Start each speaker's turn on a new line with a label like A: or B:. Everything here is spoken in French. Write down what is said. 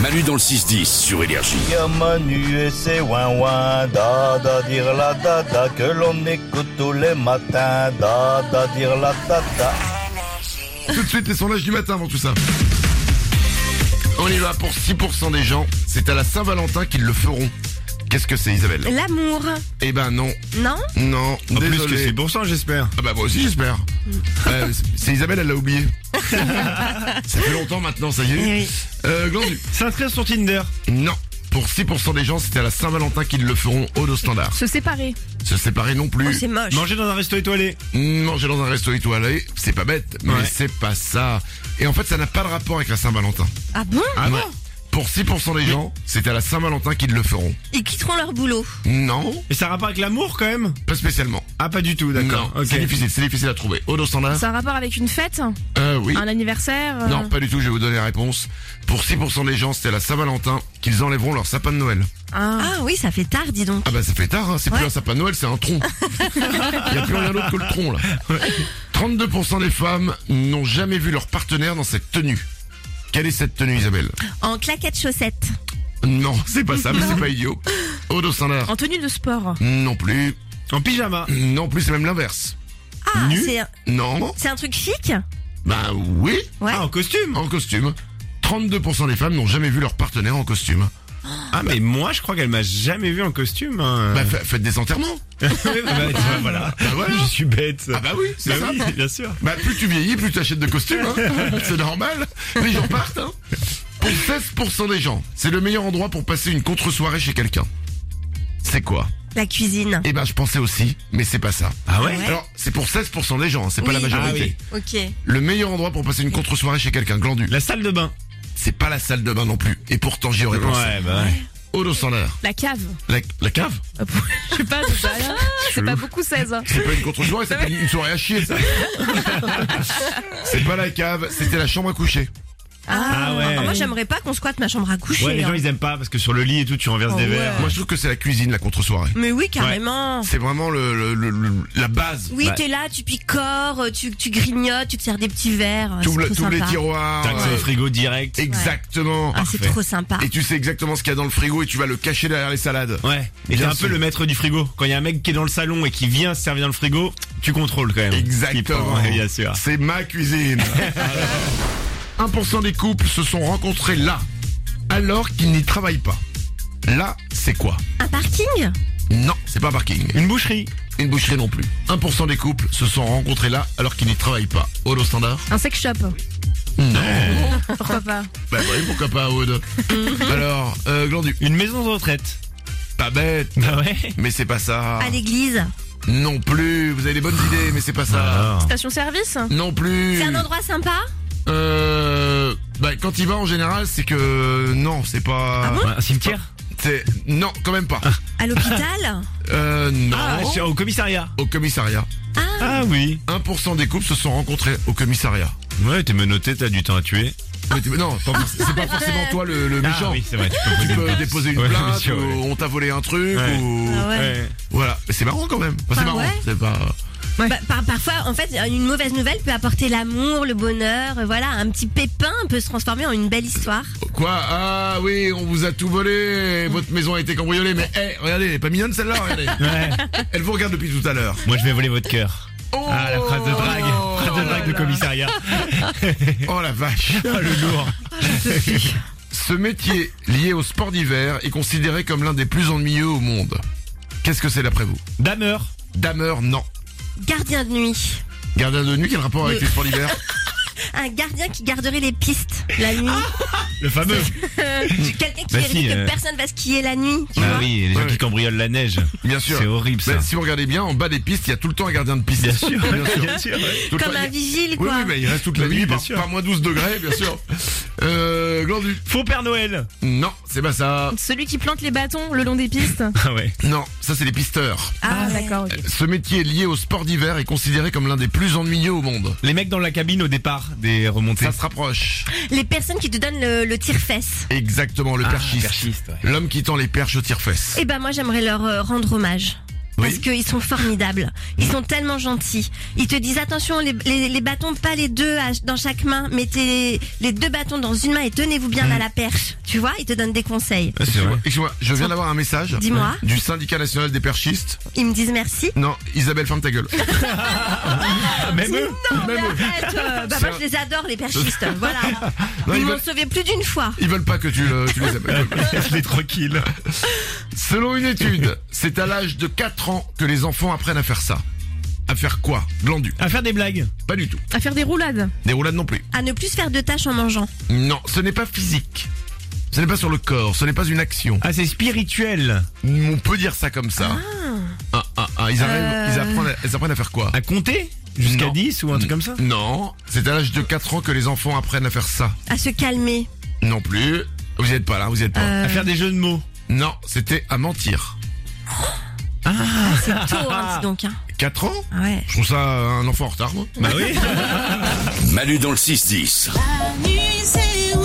A: Manu dans le 6-10 sur Énergie.
B: Il y a Manu e et ses ouin-ouin, da da dire la da da, que l'on écoute tous les matins, da da dire la da da.
C: Tout de suite les sondages du matin avant tout ça. On y va pour 6% des gens. C'est à la Saint-Valentin qu'ils le feront. Qu'est-ce que c'est Isabelle
D: L'amour,
C: Eh ben non,
D: non
C: non,
D: Ah,
C: désolé.
E: pour ça, j'espère.
C: Ah bah moi aussi j'espère. Euh, c'est Isabelle, elle l'a oublié. ça fait longtemps maintenant, ça y est.
D: Eh oui.
C: Euh, Glandu.
E: S'inscrire sur Tinder.
C: Non. Pour 6% des gens, c'était à la Saint-Valentin qu'ils le feront au dos standard.
F: Se séparer.
C: Se séparer non plus. Mm,
D: Oh, C'est moche.
E: Manger dans un resto étoilé.
C: Manger dans un resto étoilé, c'est pas bête, mais
E: Ouais.
C: c'est pas ça. Et en fait, ça n'a pas de rapport avec la Saint-Valentin.
D: Ah bon
C: Ah non Pour 6% des gens, c'est à la Saint-Valentin qu'ils le feront.
D: Ils quitteront leur boulot.
C: Non,
E: Et ça a rapport avec l'amour quand même
C: pas spécialement.
E: Ah, pas du tout, d'accord.
C: Non,
E: Ok.
C: c'est difficile, c'est difficile à trouver. Odo standard
F: C'est un rapport avec une fête
C: Euh oui.
F: Un anniversaire euh,
C: Non, pas du tout, je vais vous donner la réponse. Pour 6% des gens, c'était à la Saint-Valentin qu'ils enlèveront leur sapin de Noël.
F: un-
D: Ah oui, ça fait tard, dis donc.
C: Ah bah ça fait tard, hein. c'est plus
D: Ouais.
C: un sapin de Noël, c'est un tronc. Il y a plus rien d'autre que le tronc là. 32% des femmes n'ont jamais vu leur partenaire dans cette tenue. Quelle est cette tenue Isabelle
D: En claquettes chaussettes.
C: Non, c'est pas ça, mais c'est pas idiot. Odo Standard
F: En tenue de sport.
C: Non plus.
E: En pyjama.
C: Non plus, c'est même l'inverse.
D: Ah,
E: Nu
D: c'est un-
C: Non
D: c'est un truc chic
C: Bah oui,
D: Ouais.
E: Ah, en costume.
C: en costume. 32% des femmes n'ont jamais vu leur partenaire en costume.
E: Ah, mais moi, je crois qu'elle m'a jamais vu en costume. hein.
C: Bah fa- faites des enterrements.
E: Oui, bah, bah, tu vois, voilà.
C: Bah voilà.
E: Je suis bête.
C: Ah bah oui, c'est
E: Bah
C: ça.
E: oui, bien sûr.
C: Bah plus tu vieillis, plus tu achètes de costumes, hein. c'est normal. Les gens partent. Hein. Pour 16% des gens, c'est le meilleur endroit pour passer une contre-soirée chez quelqu'un. C'est quoi
D: La cuisine.
C: Eh ben je pensais aussi, mais c'est pas ça.
E: Ah ouais
C: Alors c'est pour 16% des gens, hein, c'est pas
D: Oui.
C: la majorité.
E: Ah oui.
D: Ok.
C: Le meilleur endroit pour passer une contre-soirée chez quelqu'un, glandu,
E: La salle de bain.
C: c'est pas la salle de bain non plus. Et pourtant j'y aurais pensé.
E: Ouais, bah ouais.
C: Odo Standard,
F: La cave.
C: la, la cave
F: Je sais pas, je sais rien. C'est pas beaucoup 16. hein.
C: C'est pas une contre-soirée, c'est pas une soirée à chier ça. c'est pas la cave, c'était la chambre à coucher.
D: Ah,
E: Ah ouais.
D: ah, moi, j'aimerais pas qu'on squatte ma chambre à coucher.
E: Ouais, les gens,
D: hein.
E: ils aiment pas parce que sur le lit et tout, tu renverses
D: Oh
E: des
D: ouais.
E: verres.
C: Moi je trouve que c'est la cuisine la contre-soirée.
D: Mais oui, carrément.
C: C'est vraiment le, le- le- le- la base.
D: Oui,
E: Ouais.
D: t'es là, tu picores, tu, tu grignotes, tu te sers des petits verres.
C: Tous
D: Ah, c'est
C: le-
D: trop
C: tous les
D: sympa.
C: tiroirs.
E: T'as accès
C: euh,
E: au frigo direct.
C: Exactement.
D: Ah, c'est
E: Parfait.
D: trop sympa.
C: Et tu sais exactement ce qu'il y a dans le frigo et tu vas le cacher derrière les salades.
E: Ouais.
C: Bien
E: Et t'es un
C: sûr.
E: peu le maître du frigo. Quand il y a un mec qui est dans le salon et qui vient se servir dans le frigo, tu contrôles quand même.
C: Exactement.
E: Ouais, bien sûr.
C: C'est ma cuisine. 1% des couples se sont rencontrés là, alors qu'ils n'y travaillent pas. Là, c'est quoi
D: Un parking
C: Non, c'est pas un parking.
E: Une boucherie.
C: Une boucherie non plus. 1% des couples se sont rencontrés là, alors qu'ils n'y travaillent pas. Aude au standard
F: Un sex shop.
C: Non.
F: Pourquoi pas
C: Bah oui, pourquoi pas, Aude Alors, euh, Glandu.
E: Une maison de retraite.
C: Pas bête.
E: Bah ouais.
C: Mais c'est pas ça.
E: Ah.
D: à l'église.
C: Non plus, vous avez des bonnes idées, mais c'est pas ça.
F: Station service
C: Non plus.
D: C'est un endroit sympa
C: Euh, bah, quand il va en général, c'est que non, c'est
D: Ah
C: pas.
E: Bah, Un cimetière.
C: c'est non, quand même pas.
D: À l'hôpital
C: Euh,
E: Ah,
C: non.
D: Ah,
E: c'est Bah au commissariat.
C: au commissariat.
E: Ah oui.
C: 1% des couples se sont rencontrés au commissariat.
E: Ouais, t'es menotté, t'as du temps à tuer.
C: Mais t'es- non, pas forc- c'est pas forcément toi le, le méchant.
E: Ah oui, c'est vrai. Tu
C: Tu
E: peux,
C: peux déposer une
E: Ouais,
C: plainte,
E: bien sûr,
C: ou
E: ouais.
C: on t'a volé un truc,
E: Ouais.
C: ou
D: Ah ouais.
E: Ouais.
C: voilà. Mais c'est marrant quand même. Enfin, c'est
D: Bah
C: marrant.
D: ouais.
C: C'est pas.
D: Bah, par- parfois, en fait, une mauvaise nouvelle peut apporter l'amour, le bonheur, euh, voilà, un petit pépin peut se transformer en une belle histoire.
C: Quoi Ah oui, on vous a tout volé. Votre maison a été cambriolée. Mais eh, regardez, elle est pas mignonne celle-là. Regardez.
E: Ouais.
C: Elle vous regarde depuis tout à l'heure.
E: Moi, je vais voler votre cœur.
C: Oh
E: Ah, la phrase de drague. Phrase de drague de commissariat.
C: Oh la vache.
E: Ah, le lourd.
C: Ce métier lié au sport d'hiver est considéré comme l'un des plus ennuyeux au monde. Qu'est-ce que c'est d'après vous
E: Dameur.
C: Dameur, non.
D: Gardien de nuit.
C: Gardien de nuit, quel rapport
D: Euh.
C: avec les sports d'hiver
D: Un gardien qui garderait les pistes la nuit.
C: Ah
E: Le fameux.
D: Quelqu'un qui
E: Bah si,
D: vérifie que
E: euh.
D: personne va skier la nuit. Tu
E: Bah
D: vois
E: oui, les gens
C: Ouais.
E: qui cambriolent la neige.
C: Bien sûr.
E: C'est horrible ça.
C: Ben, si vous regardez bien, en bas des pistes, il y a tout le temps un gardien de piste.
E: Bien sûr,
C: Bien sûr.
E: bien sûr. ouais.
C: Tout le
D: Comme
C: temps, il
D: un
C: y a-
D: vigile,
C: Oui,
D: quoi.
C: oui, mais il reste toute la
E: Oui,
C: nuit,
E: bien
C: par,
E: sûr.
C: par moins 12 degrés, bien sûr. Euh, Glandu.
E: Faux Père Noël.
C: Non, c'est pas ça.
F: Celui qui plante les bâtons le long des pistes
E: Ah ouais.
C: Non, ça c'est les pisteurs.
D: Ah, ouais.
F: d'accord, ok.
C: Ce métier lié au sport d'hiver est considéré comme l'un des plus ennuyeux au monde.
E: Les mecs dans la cabine au départ des remontées.
C: Ça se rapproche.
D: Les personnes qui te donnent le, le tire-fesse.
E: Ah,
C: Exactement, le perchiste.
E: perchiste, ouais.
C: L'homme qui tend les perches au tire-fesses.
D: Eh ben moi j'aimerais leur euh, rendre hommage. parce qu'ils sont formidables. Ils sont tellement gentils. Ils te disent attention, les, les- les bâtons, pas les deux à- dans chaque main, mettez les deux bâtons dans une main et tenez-vous bien à la perche. Tu vois, ils te donnent des conseils.
E: Ah, C'est vrai.
C: Excuse-moi, je viens d'avoir un message
D: Dis-moi.
C: du syndicat national des perchistes.
D: Ils me disent merci.
C: Non, Isabelle, ferme ta gueule.
E: Même eux
D: Non, mais arrête, euh, bah, moi, je les adore, les perchistes. Voilà.
C: Non,
D: Ils
C: ils
D: m'ont
C: veulent-
D: sauvé plus d'une fois.
C: Ils veulent pas que tu, le- tu les appelles.
E: Laisse-les tranquilles.
C: Selon une étude, c'est à l'âge de 4 ans que les enfants apprennent à faire ça. À faire quoi Glandu.
E: À faire des blagues.
C: Pas du tout.
F: À faire des roulades.
C: Des roulades non plus.
D: À ne plus faire de tâches en mangeant.
C: Non, ce n'est pas physique. Ce n'est pas sur le corps, ce n'est pas une action.
E: Ah, c'est spirituel.
C: On peut dire ça comme ça. Ah, ah, ah, Ils, arrivent- ils apprennent à, ils apprennent à faire quoi
E: À compter Jusqu'à
C: Non.
E: 10 ou Euh. un truc comme ça
C: Non, c'est à l'âge de 4 ans que les enfants apprennent à faire ça.
D: À se calmer.
C: Non plus. Vous n'êtes pas là, vous n'êtes pas.
E: À faire des jeux de mots.
C: Non, c'était à mentir.
D: Tôt, hein, dis donc. Hein.
C: 4 ans
D: Ouais.
C: Je trouve ça Ah euh, un enfant en retard, moi.
E: Bah oui.
A: Manu dans le 6-10.
G: amusez-vous.